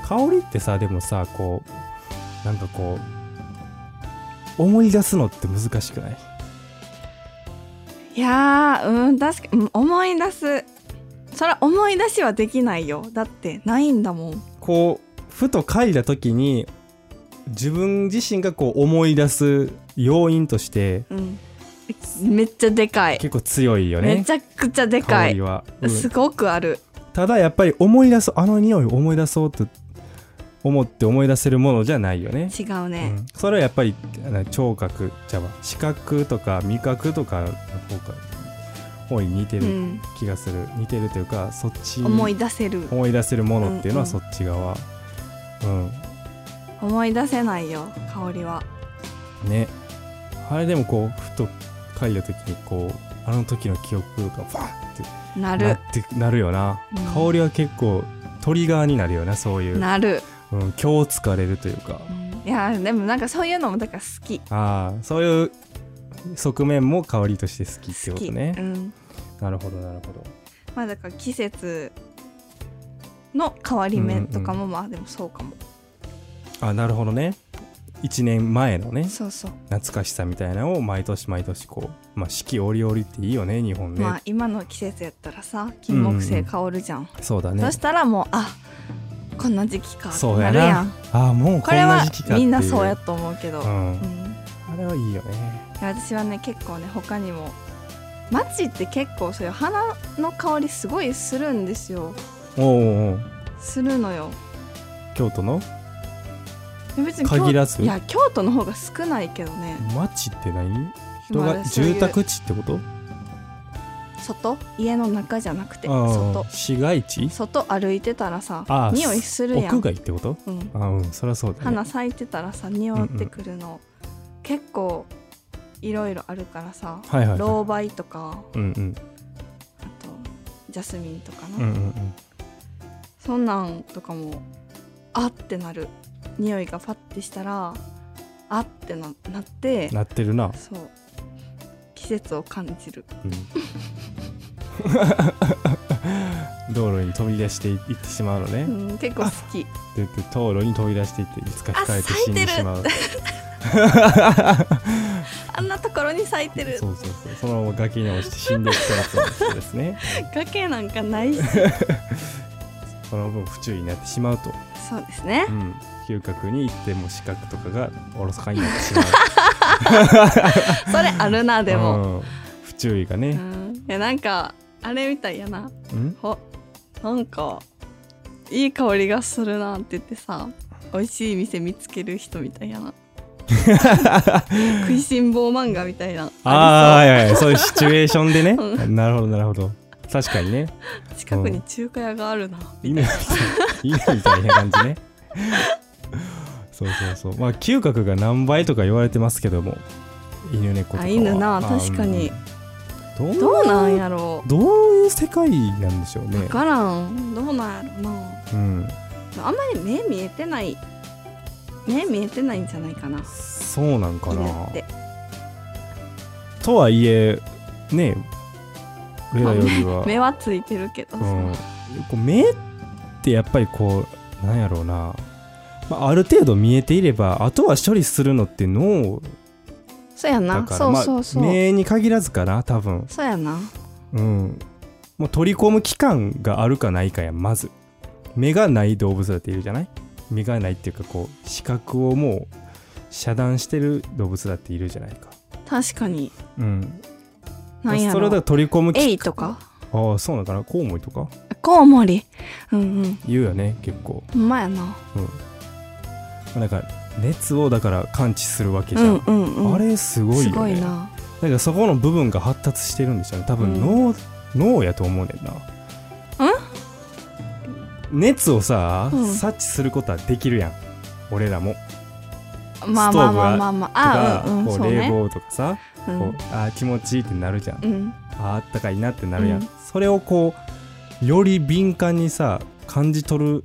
Speaker 2: 香りってさでもさこうなんかこう思い出すのって難しくない
Speaker 1: いやーうん確かうん思い出すそれは思い出しはできないよだってないんだもん
Speaker 2: こうふと嗅いだ時に自分自身がこう思い出す要因として
Speaker 1: うんめっちゃでかい、
Speaker 2: 結構強いよね
Speaker 1: めちゃくちゃでか
Speaker 2: 香
Speaker 1: い
Speaker 2: りは、うん
Speaker 1: すごくある
Speaker 2: ただやっぱり思い出そうあの匂いを思い出そうと思って思い出せるものじゃないよね
Speaker 1: 違うね、
Speaker 2: うんそれはやっぱりあの聴覚じゃあ視覚とか味覚とかの方が大いに似て
Speaker 1: う
Speaker 2: る
Speaker 1: ん、
Speaker 2: 気がする、似てるというかそっちに
Speaker 1: 思い出せる
Speaker 2: 思い出せるものっていうのは
Speaker 1: うんう
Speaker 2: そ
Speaker 1: ん
Speaker 2: っち側うん、
Speaker 1: 思い出せないよ香りは
Speaker 2: ねあれでもこうふと書いた時にこうあの時の記憶がファーって
Speaker 1: な
Speaker 2: な
Speaker 1: る
Speaker 2: ってなるよな、
Speaker 1: うん
Speaker 2: 香りは結構トリガーになるよなそういう、
Speaker 1: なる、
Speaker 2: うん、今日疲れるというか
Speaker 1: いやでもなんかそういうのもだから好き
Speaker 2: ああそういう側面も香りとして好きって
Speaker 1: 好
Speaker 2: こ
Speaker 1: き、
Speaker 2: とね、
Speaker 1: うん、
Speaker 2: なるほどなるほど
Speaker 1: まあだから季節の変わり目とかもまあでもそうかも、
Speaker 2: あなるほどね1年前のね
Speaker 1: そうそう
Speaker 2: 懐かしさみたいなのを毎年毎年こうまあ四季折々っていいよね日本ね、
Speaker 1: まあ今の季節やったらさ金木犀香るじゃん、
Speaker 2: そうだね
Speaker 1: そしたらもうあこんな時期かって
Speaker 2: そう
Speaker 1: な
Speaker 2: や
Speaker 1: る
Speaker 2: な
Speaker 1: やん
Speaker 2: ああもう
Speaker 1: こ
Speaker 2: こん
Speaker 1: れは
Speaker 2: な時期かっていう
Speaker 1: みんなそうやと思うけど、
Speaker 2: う
Speaker 1: うん
Speaker 2: ん、
Speaker 1: い
Speaker 2: あれはいいよね
Speaker 1: や私はね結構ね他にも街って結構そういう花の香りすごいするんですよ
Speaker 2: おうおうおう
Speaker 1: するのよ
Speaker 2: 京都の
Speaker 1: 別に京
Speaker 2: 限らず
Speaker 1: いや京都の方が少ないけどね
Speaker 2: 町って何人
Speaker 1: ま
Speaker 2: が
Speaker 1: あそういう
Speaker 2: 住宅地ってこと
Speaker 1: 外家の中じゃなくて
Speaker 2: ああ
Speaker 1: 外
Speaker 2: 市街地
Speaker 1: 外歩いてたらさ
Speaker 2: ああ
Speaker 1: 匂いするやん
Speaker 2: 屋外ってこと
Speaker 1: うん、
Speaker 2: ああうんそりゃそうだね
Speaker 1: 花咲いてたらさ匂ってくるの、結構いろいろあるからさ
Speaker 2: はいはい、
Speaker 1: 老
Speaker 2: は
Speaker 1: 梅とか
Speaker 2: い、うんうん
Speaker 1: あとジャスミンとかな、
Speaker 2: うんうんうん
Speaker 1: そんなんとかもあってなる匂いがパッてしたらあってななって
Speaker 2: なってるな、
Speaker 1: そう季節を感じる
Speaker 2: うん 道路に飛び出していってしまうのね、
Speaker 1: うん結構好き
Speaker 2: で道路に飛び出していっていつか控えて死んでしまう
Speaker 1: あんなところに咲いてる
Speaker 2: そうそうそうそのまま崖に落ちて死んでいく人もそうで すね
Speaker 1: 崖なんか ないし
Speaker 2: その分不注意になってしまうと、
Speaker 1: そうですね
Speaker 2: うん、嗅覚に行っても視覚とかがおろそかになってしまう
Speaker 1: それあるな でも、
Speaker 2: うん不注意が
Speaker 1: う
Speaker 2: ね、
Speaker 1: ん、いやなんかあれみたいやな
Speaker 2: うん、
Speaker 1: ほなんかいい香りがするなって言ってさ美味しい店見つける人みたいや な食いしん坊漫画みたいな
Speaker 2: ああー
Speaker 1: あ
Speaker 2: いやいやそういうシチュエーションでね、
Speaker 1: う
Speaker 2: なるほどなるほど確かにね
Speaker 1: りそう近くに中華屋があるな、
Speaker 2: 犬みたい犬みたいな感じねそうそうそうまあ嗅覚が何倍とか言われてますけども犬猫とかは
Speaker 1: あ犬な
Speaker 2: あ
Speaker 1: 確かに
Speaker 2: うんど
Speaker 1: ど
Speaker 2: う
Speaker 1: うなんやろ
Speaker 2: どういう世界なんでしょう
Speaker 1: う
Speaker 2: ね
Speaker 1: 分からんどうなんやろうな
Speaker 2: うん
Speaker 1: あんまり目見えてない目見えてないんじゃないかな
Speaker 2: そうなんか
Speaker 1: 犬
Speaker 2: な
Speaker 1: って
Speaker 2: とはいえね俺らよりは、
Speaker 1: 目はついてるけどさ、
Speaker 2: うん、こう目ってやっぱりこうなんやろうな、まあ、ある程度見えていればあとは処理するのって脳
Speaker 1: そうや
Speaker 2: だ
Speaker 1: な
Speaker 2: から
Speaker 1: そうそうそう、
Speaker 2: まあ、目に限らずかな多分
Speaker 1: そうやな
Speaker 2: うんもう取り込む期間があるかないかやんまず目がない動物だっているじゃない目がないっていうかこう視覚をもう遮断してる動物だっているじゃないか
Speaker 1: 確かに
Speaker 2: うん
Speaker 1: なんや
Speaker 2: それ
Speaker 1: ろ
Speaker 2: をだから
Speaker 1: う
Speaker 2: 取り込む
Speaker 1: エ
Speaker 2: 期
Speaker 1: イとか
Speaker 2: ああそうなのかなコウモリとか
Speaker 1: コウモリうんうん
Speaker 2: 言うよね結構
Speaker 1: ほんまやな
Speaker 2: なんか熱をだから感知するわけ
Speaker 1: う
Speaker 2: じゃ
Speaker 1: ん
Speaker 2: ん、
Speaker 1: うんうん
Speaker 2: あれすごい
Speaker 1: す
Speaker 2: よ
Speaker 1: ごい
Speaker 2: ね
Speaker 1: な
Speaker 2: なんかそこの部分が発達してるんでしょうね多分脳、脳やと思うねんな熱をさ、
Speaker 1: うん
Speaker 2: 察知することはできるやん俺らも
Speaker 1: まあまあまあまあま
Speaker 2: と
Speaker 1: ああ、
Speaker 2: か
Speaker 1: うんうん
Speaker 2: こう
Speaker 1: そう
Speaker 2: 冷
Speaker 1: ね
Speaker 2: 房とかさ、
Speaker 1: う
Speaker 2: こうんあー気持ちいいってなるじゃん、
Speaker 1: うん
Speaker 2: あーあったかいなってなるやん、
Speaker 1: うん
Speaker 2: それをこうより敏感にさ感じ取る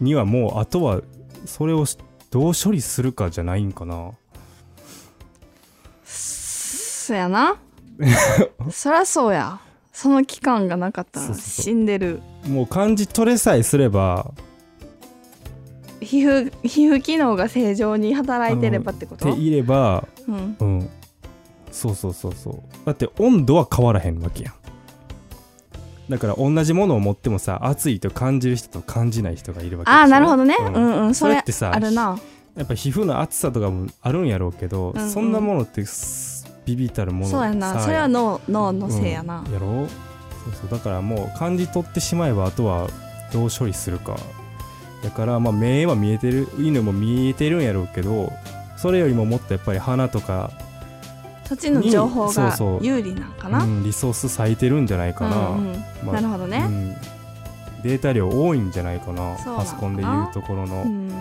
Speaker 2: にはもうあとはそれをどう処理するかじゃないんかな
Speaker 1: そやなそらそうやその期間がなかった
Speaker 2: そう
Speaker 1: ら
Speaker 2: そうそう
Speaker 1: 死んでる
Speaker 2: もう感じ取れさえすれば
Speaker 1: 皮膚皮膚機能が正常に働いてればってこ
Speaker 2: って
Speaker 1: と
Speaker 2: いれば
Speaker 1: うん
Speaker 2: うんそうそうそうそうだって温度は変わらへんわけやんだから同じものを持ってもさ熱いと感じる人と感じない人がいるわけでしょ
Speaker 1: ああなるほどね
Speaker 2: う
Speaker 1: うんんうんそ
Speaker 2: それ
Speaker 1: れ
Speaker 2: ってさ
Speaker 1: あるな
Speaker 2: やっぱ皮膚の熱さとかもあるんやろうけど、
Speaker 1: うんうん
Speaker 2: そんなものってすビビったるもの
Speaker 1: そうやな
Speaker 2: さ
Speaker 1: それは脳脳のせいやな
Speaker 2: うんやろそうそうだからもう感じ取ってしまえばあとはどう処理するかだからまあ目は見えてる犬も見えてるんやろうけどそれよりももっとやっぱり鼻とか
Speaker 1: 土地の情報
Speaker 2: そう
Speaker 1: が
Speaker 2: そう
Speaker 1: 有利なんかな
Speaker 2: うん、リソース割いてるんじゃないかな、
Speaker 1: うんうん
Speaker 2: まあ
Speaker 1: なるほどね、
Speaker 2: うんデータ量多いんじゃないかな
Speaker 1: そうなのかな
Speaker 2: パソコンでいうところ
Speaker 1: う
Speaker 2: の、うん
Speaker 1: ん、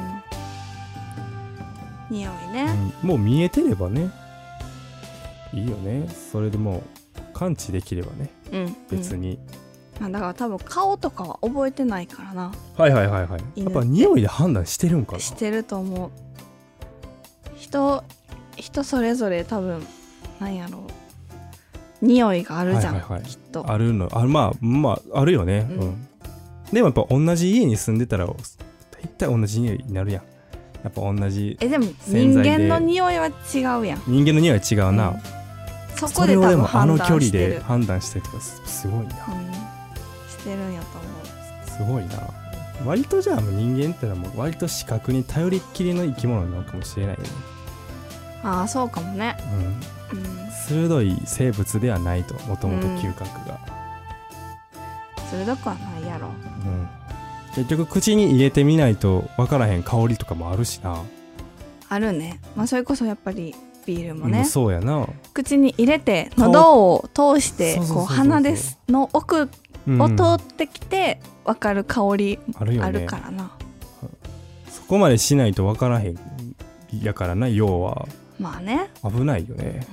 Speaker 1: 匂いね、
Speaker 2: もう見えてればねいいよねそれでもう感知できればね
Speaker 1: うん
Speaker 2: 別
Speaker 1: うん
Speaker 2: に、
Speaker 1: まあ、だから多分顔とかは覚えてないからな
Speaker 2: はいはいはいはい
Speaker 1: いいね
Speaker 2: やっぱ匂いで判断してるんかな
Speaker 1: してると思う人人それぞれ多分なんやろう匂いがあるじゃん、
Speaker 2: はいはいはい
Speaker 1: きっと
Speaker 2: あるのあまあまああるよね、う
Speaker 1: うんん
Speaker 2: でもやっぱ同じ家に住んでたら大体同じ匂いになるやんやっぱ同じ
Speaker 1: えでも
Speaker 2: 洗
Speaker 1: 人
Speaker 2: 剤で
Speaker 1: 間の匂いは違うやん
Speaker 2: 人間の匂いは違うな、
Speaker 1: うんそこ
Speaker 2: そ
Speaker 1: で
Speaker 2: れ
Speaker 1: 多
Speaker 2: をで
Speaker 1: 分
Speaker 2: もあ
Speaker 1: 判断
Speaker 2: の距離
Speaker 1: して
Speaker 2: で
Speaker 1: る
Speaker 2: 判断してとかすすごいな
Speaker 1: うんしてるんやと思
Speaker 2: すごいな割とじゃあもう人間ってのはもう割と視覚に頼りっきりの生き物なのかもしれないよね、
Speaker 1: うああそうかもねうん
Speaker 2: うん、鋭い生物ではないともともと嗅覚が、
Speaker 1: 鋭くはないやろ
Speaker 2: うん結局口に入れてみないと分からへん香りとかもあるしな、
Speaker 1: あるねまあそれこそやっぱりビールも
Speaker 2: うん
Speaker 1: ね
Speaker 2: そうやな、
Speaker 1: 口に入れて
Speaker 2: 顔
Speaker 1: 喉を通して
Speaker 2: そうそうそうそう
Speaker 1: こう鼻ですの奥を
Speaker 2: うん
Speaker 1: 通ってきて分かる香り
Speaker 2: あるよね
Speaker 1: あるからな、
Speaker 2: そこまでしないと分からへんやからな要は
Speaker 1: まあね
Speaker 2: 危ないよね、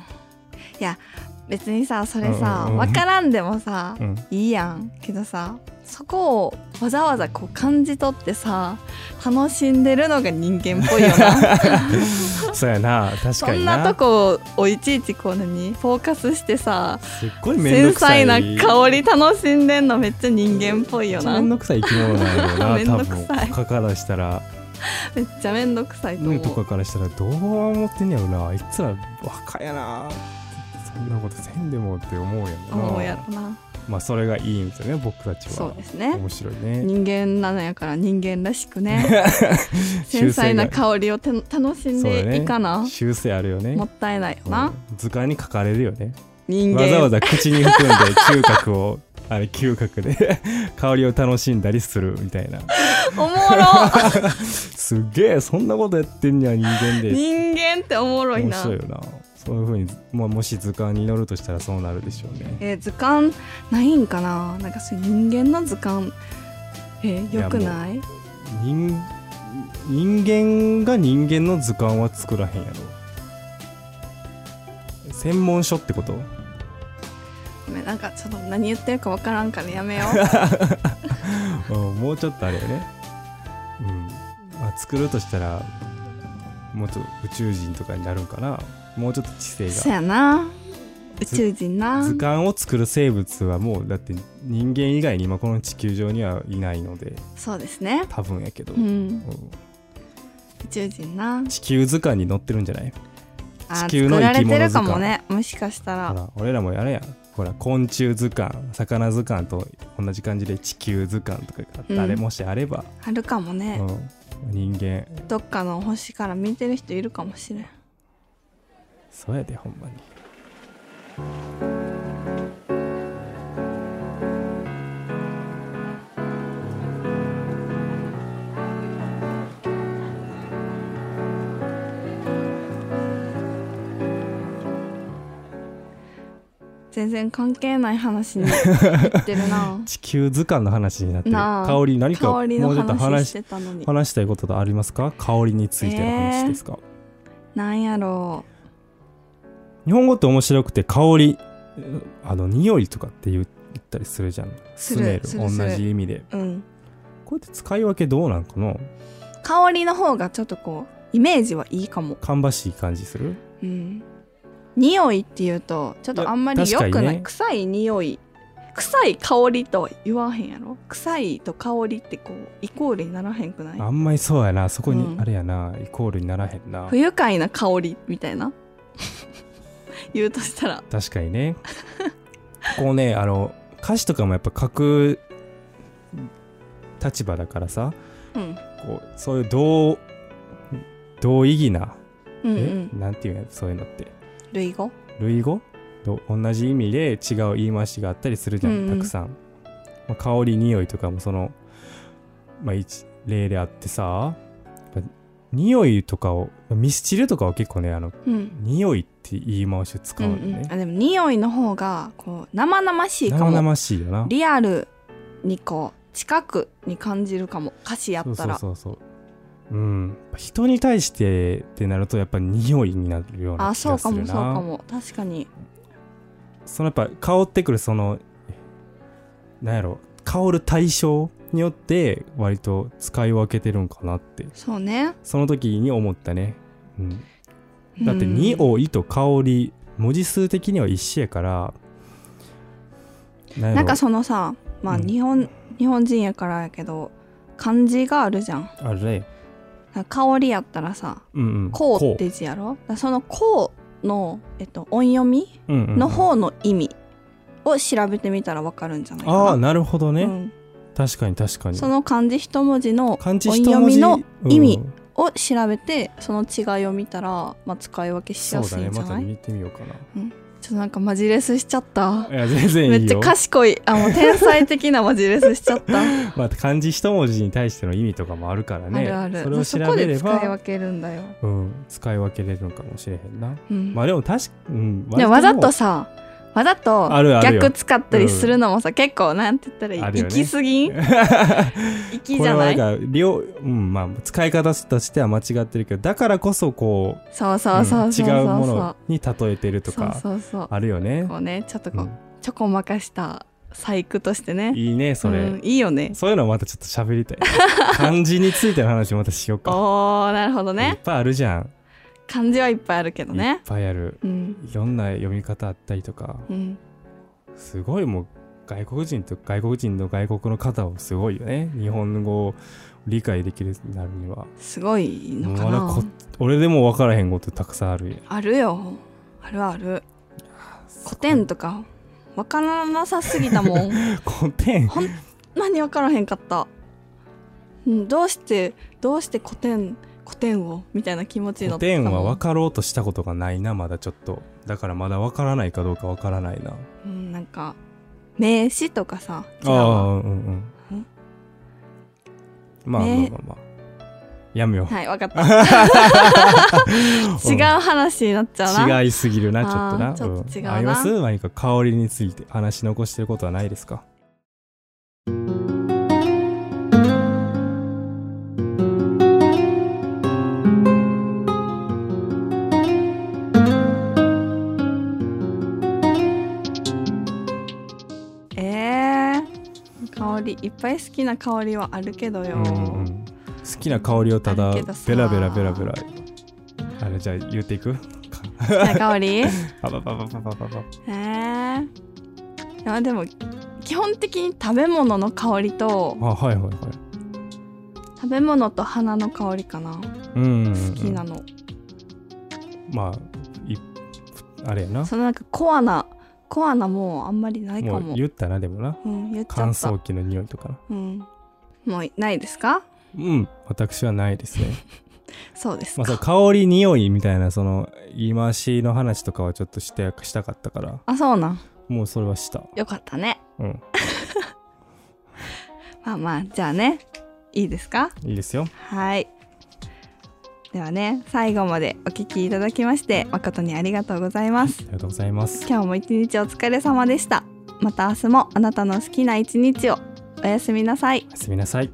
Speaker 1: 別にさそれさ、
Speaker 2: うんうんうん
Speaker 1: 分からんでもさ、
Speaker 2: うん、
Speaker 1: いいやんけどさそこをわざわざこう感じ取ってさ楽しんでるのが人間っぽい よな
Speaker 2: そうやな確
Speaker 1: そ
Speaker 2: かに
Speaker 1: ん
Speaker 2: な
Speaker 1: なとこをいちいちこう何フォーカスしてさ
Speaker 2: すっごい面
Speaker 1: 繊
Speaker 2: 倒くさい
Speaker 1: 細な香り楽しんでんのめっちゃ人間っぽいよな
Speaker 2: 面倒くさい生き物なんだ
Speaker 1: めん
Speaker 2: よ
Speaker 1: ど
Speaker 2: な
Speaker 1: く
Speaker 2: 多
Speaker 1: さい
Speaker 2: 分他からしたら
Speaker 1: めっちゃ面倒くさいと
Speaker 2: ヌ
Speaker 1: 思
Speaker 2: ーと
Speaker 1: う
Speaker 2: かからしたらどう思ってんやろなあいつら若やなそんなことせんでもって思うやろな
Speaker 1: 思うやろな
Speaker 2: まあそれがいいんですよね僕たちは
Speaker 1: そうですね
Speaker 2: 面白いね
Speaker 1: 人間なのやから人間らしく ね繊細な香りをて楽しんでいかな、
Speaker 2: 修正あるよね
Speaker 1: もったいないよな、
Speaker 2: うん図鑑に書かれるよね
Speaker 1: 人間
Speaker 2: わざわざ口に含んで嗅覚を あれ嗅覚で 香りを楽しんだりするみたいな
Speaker 1: おもろ
Speaker 2: すっげえそんなことやってんには人間で
Speaker 1: 人間っておもろい
Speaker 2: 面
Speaker 1: な
Speaker 2: 白いよなそういうふうに、まあ、もし図鑑に載るとしたらそうなるでしょうね
Speaker 1: えー図鑑ないんかななんかそういう人間の図鑑えー、よくない
Speaker 2: 人人間が人間の図鑑は作らへんやろ専門書ってこと
Speaker 1: ごめんなんかちょっと何言ってるかわからんからやめよ
Speaker 2: うんもうちょっとあれよね、うんまあ、作るとしたらもっと宇宙人とかになるんかなもうちょっと知性
Speaker 1: うそ
Speaker 2: が
Speaker 1: やな宇宙人な
Speaker 2: 図鑑を作る生物はもうだって人間以外に今この地球上にはいないので
Speaker 1: そうですね
Speaker 2: 多分やけど、
Speaker 1: う
Speaker 2: うんん
Speaker 1: 宇宙人な
Speaker 2: 地球図鑑に載ってるんじゃない
Speaker 1: あー
Speaker 2: 地球の生き物図鑑
Speaker 1: 作られてるかもねもしかしたら
Speaker 2: ほら俺らもやれやんほら昆虫図鑑魚図鑑と同じ感じで地球図鑑とかがあって、
Speaker 1: うん
Speaker 2: あれもしあれば、
Speaker 1: あるかもね、
Speaker 2: うん、人間
Speaker 1: どっかの星から見てる人いるかもしれん
Speaker 2: そうやでほんまに
Speaker 1: 全然関係ない話に言ってる な
Speaker 2: 地球図鑑の話になってる
Speaker 1: なあ
Speaker 2: 香り何か
Speaker 1: 香りの
Speaker 2: もうちょっと
Speaker 1: 話し
Speaker 2: 話
Speaker 1: てたのに
Speaker 2: 話したいこととありますか香りについての話ですか、
Speaker 1: なんやろ
Speaker 2: 日本語って面白くて香りうんあの匂いとかって言う言ったりするじゃん
Speaker 1: する
Speaker 2: める
Speaker 1: するする
Speaker 2: 同じ意味で
Speaker 1: ううん
Speaker 2: これって使い分けどうなんかな
Speaker 1: 香りの方がちょっとこうイメージはいいかも
Speaker 2: 芳しい感じする
Speaker 1: うん匂いっていうとちょっとあんまり
Speaker 2: い
Speaker 1: 良
Speaker 2: や
Speaker 1: く
Speaker 2: 確かに
Speaker 1: ない、
Speaker 2: ね
Speaker 1: 臭い匂い臭い香りとは言わへんやろ臭いと香りってこうイコールにならへんくない
Speaker 2: あんまりそうやなそこに、
Speaker 1: うん
Speaker 2: あれやなイコールにならへんな
Speaker 1: 不愉快な香りみたいな 言うとしたら
Speaker 2: 確かにねこうねあの歌詞とかもやっぱ書く立場だからさ
Speaker 1: うん
Speaker 2: こうそういう同同意義な、
Speaker 1: うんう
Speaker 2: え
Speaker 1: ん
Speaker 2: なんていうのそういうのって
Speaker 1: 類語
Speaker 2: 類語と同じ意味で違う言い回しがあったりするじゃん、
Speaker 1: うんうん
Speaker 2: たくさん、まあ香り匂いとかもその、まあ、一例であってさやっぱ匂いとかをミスチルとかは結構ねあの
Speaker 1: うん
Speaker 2: 匂いって言い回しを使
Speaker 1: う
Speaker 2: うんのね
Speaker 1: うん、あでも匂いの方がこう生々しいかも
Speaker 2: 生々しいよな
Speaker 1: リアルにこう近くに感じるかも歌詞や
Speaker 2: そ
Speaker 1: っ
Speaker 2: う
Speaker 1: た
Speaker 2: そう
Speaker 1: ら
Speaker 2: そうそううん人に対してってなるとやっぱ匂いになるような気が
Speaker 1: あ
Speaker 2: す
Speaker 1: そ
Speaker 2: るな
Speaker 1: うかもそうかも確かに
Speaker 2: そのやっぱ香ってくるそのなんやろ香る対象によって割と使い分けてるんかなって
Speaker 1: そうね
Speaker 2: その時に思ったね、うん、だって「
Speaker 1: うん
Speaker 2: 匂い」と「香り」文字数的には一緒やからな
Speaker 1: なんかそのさまあ
Speaker 2: うん
Speaker 1: 日本、日本人やからやけど漢字があるじゃん
Speaker 2: あれね
Speaker 1: なんか香りやったらさ
Speaker 2: うんう
Speaker 1: 「
Speaker 2: ん
Speaker 1: こう」って字やろだからその「こう」の、えっと、音読み
Speaker 2: うんうんうん
Speaker 1: の方の意味を調べてみたらわかるんじゃないかな
Speaker 2: ああなるほどね、
Speaker 1: うん
Speaker 2: 確かに確かに
Speaker 1: その漢字一文字の
Speaker 2: 漢字
Speaker 1: 音
Speaker 2: 一
Speaker 1: 読
Speaker 2: 文
Speaker 1: み
Speaker 2: 字
Speaker 1: の意味
Speaker 2: うん
Speaker 1: を調べてその違いを見たら、まあ、使い分けし
Speaker 2: そ
Speaker 1: や
Speaker 2: う
Speaker 1: す
Speaker 2: だ
Speaker 1: い
Speaker 2: ね
Speaker 1: んじゃ
Speaker 2: ま
Speaker 1: な
Speaker 2: た
Speaker 1: い、
Speaker 2: 見てみようかな
Speaker 1: ちょっとなんかマジレスしちゃった
Speaker 2: いや全然いい
Speaker 1: め
Speaker 2: よ
Speaker 1: っちゃ賢いあもう天才的なマジレスしちゃった
Speaker 2: まあ、漢字一文字に対しての意味とかもあるからね
Speaker 1: あるある
Speaker 2: それを
Speaker 1: そ
Speaker 2: 調
Speaker 1: こ
Speaker 2: べ
Speaker 1: で
Speaker 2: れ
Speaker 1: 使い
Speaker 2: ば
Speaker 1: 分けるんだよ、
Speaker 2: うん、使い分けれるのかもしれへんな
Speaker 1: うん
Speaker 2: まあでも確か、うん、
Speaker 1: でもわ
Speaker 2: 割
Speaker 1: ざ
Speaker 2: も
Speaker 1: とさわざと
Speaker 2: あるあるよ
Speaker 1: 逆使ったりするのもさ結構なんて言ったらいい、
Speaker 2: あるよ
Speaker 1: 行
Speaker 2: ね
Speaker 1: き過 ぎん行きじ
Speaker 2: これ
Speaker 1: ゃ
Speaker 2: は
Speaker 1: な
Speaker 2: ないんか両、うんまあ、使い方としては間違ってるけどだからこそこう
Speaker 1: そうそうそうそうそううんそ
Speaker 2: 違
Speaker 1: う
Speaker 2: うものに例えてると
Speaker 1: そう
Speaker 2: か
Speaker 1: そうそう
Speaker 2: あるよね
Speaker 1: こうねちょっと
Speaker 2: う
Speaker 1: こうんちょこまかした細工としてね
Speaker 2: いいねそれ、
Speaker 1: うん、いいよね
Speaker 2: そういうのはまたちょっと喋りたい漢字についての話またしようか
Speaker 1: おーなるほど
Speaker 2: いっ
Speaker 1: ね
Speaker 2: ぱいあるじゃん、
Speaker 1: 漢字はいっぱいあるけど
Speaker 2: いっ
Speaker 1: ね
Speaker 2: ぱいある
Speaker 1: うん
Speaker 2: いろんな読み方あったりとか
Speaker 1: うん
Speaker 2: すごいもう外国人と外国人の外国の方をすごいよね日本語を理解できるようになるには
Speaker 1: すごいのか
Speaker 2: まだ
Speaker 1: な
Speaker 2: こ俺でも分からへんことたくさんある
Speaker 1: あるよあるある古典とかわからなさすぎた もん
Speaker 2: 古典
Speaker 1: ほんまにわからへんかった、うん、どうしてどうして古典古典をみたいな気持ちにな
Speaker 2: 古
Speaker 1: ってた
Speaker 2: 典
Speaker 1: もん
Speaker 2: は分かろうとしたことがないなまだちょっとだからまだ分からないかどうか分からないな
Speaker 1: うん、なんか名詞とかさ違
Speaker 2: あ
Speaker 1: う
Speaker 2: あ
Speaker 1: わ
Speaker 2: うんうん
Speaker 1: ん
Speaker 2: まあまあま
Speaker 1: ね
Speaker 2: あまあやめよう
Speaker 1: はいわかった 違う話になっちゃうな
Speaker 2: 違いすぎるなちょっと
Speaker 1: あ
Speaker 2: な
Speaker 1: ーちょっと違うなん
Speaker 2: あります何か香りについて話し残してることはないですか
Speaker 1: えー、香りいっぱい好きな香りはあるけどよ、
Speaker 2: うんうんうん好きな香りをた
Speaker 1: あ
Speaker 2: だ
Speaker 1: るけどさ
Speaker 2: ベラベラベラベラあれじゃあ言っていく
Speaker 1: 好きな香 りえ
Speaker 2: パパパパパパパパ
Speaker 1: ー、いやでも基本的に食べ物の香りと
Speaker 2: あはいはいはい
Speaker 1: 食べ物と花の香りかな
Speaker 2: うんうんうん
Speaker 1: 好きなの、
Speaker 2: まあいあれやな
Speaker 1: そのなんかコアなコアなもうあんまりないかも
Speaker 2: もう言ったなでもな
Speaker 1: うん、言っちゃ
Speaker 2: 乾
Speaker 1: った
Speaker 2: 燥機の匂いとかな
Speaker 1: うん、もうないですか
Speaker 2: うん私はないですね
Speaker 1: そうです
Speaker 2: まあ
Speaker 1: か、
Speaker 2: その香り匂いみたいなその言い回しの話とかはちょっとしてしたかったから
Speaker 1: あそうなん
Speaker 2: もうそれはした
Speaker 1: よかったね
Speaker 2: うん
Speaker 1: まあまあじゃあねいいですか
Speaker 2: いいですよ
Speaker 1: はい。ではね、最後までお聞きいただきまして、誠にありがとうございま
Speaker 2: あ
Speaker 1: す。
Speaker 2: りがとうございます
Speaker 1: 今日も一日お疲れ様でした。また明日もあなたの好きな一日を。おやすみなさい。
Speaker 2: おやすみなさい